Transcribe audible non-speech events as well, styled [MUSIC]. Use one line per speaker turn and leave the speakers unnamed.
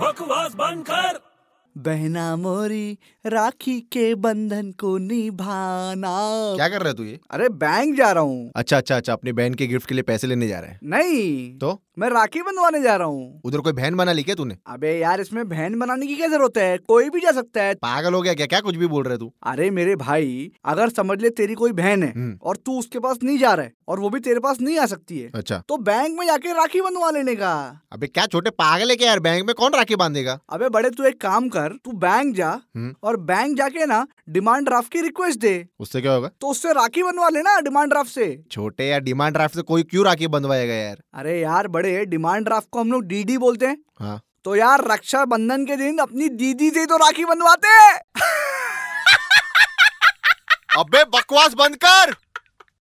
बकवास बंद कर
बहना मोरी राखी के बंधन को निभाना
क्या कर रहा है तू ये
अरे बैंक जा रहा हूँ
अच्छा अच्छा अच्छा अपनी बहन के गिफ्ट के लिए पैसे लेने जा रहा है
नहीं
तो
मैं राखी बंधवाने जा रहा हूँ
उधर कोई बहन बना ली क्या तूने
अबे यार इसमें बहन बनाने की क्या जरूरत है कोई भी जा सकता है
पागल हो गया क्या क्या कुछ भी बोल रहे तू
अरे मेरे भाई अगर समझ ले तेरी कोई बहन है
हम्म।
और तू उसके पास नहीं जा रहा है और वो भी तेरे पास नहीं आ सकती है
अच्छा
तो बैंक में जाके राखी बंधवा लेने का
अबे क्या छोटे पागल है क्या यार बैंक में कौन राखी बांधेगा
अबे बड़े तू एक काम कर तू बैंक जा
हम्म।
और बैंक जाके ना डिमांड ड्राफ्ट की रिक्वेस्ट दे
उससे क्या होगा
तो उससे राखी बनवा लेना डिमांड ड्राफ्ट से
छोटे यार डिमांड ड्राफ्ट से कोई क्यों राखी बंधवाएगा यार
अरे यार बड़े डिमांड ड्राफ्ट को हम लोग डीडी बोलते हैं
हाँ
तो यार रक्षाबंधन के दिन अपनी दीदी से तो राखी बंधवाते हैं [LAUGHS]
अबे बकवास बंद कर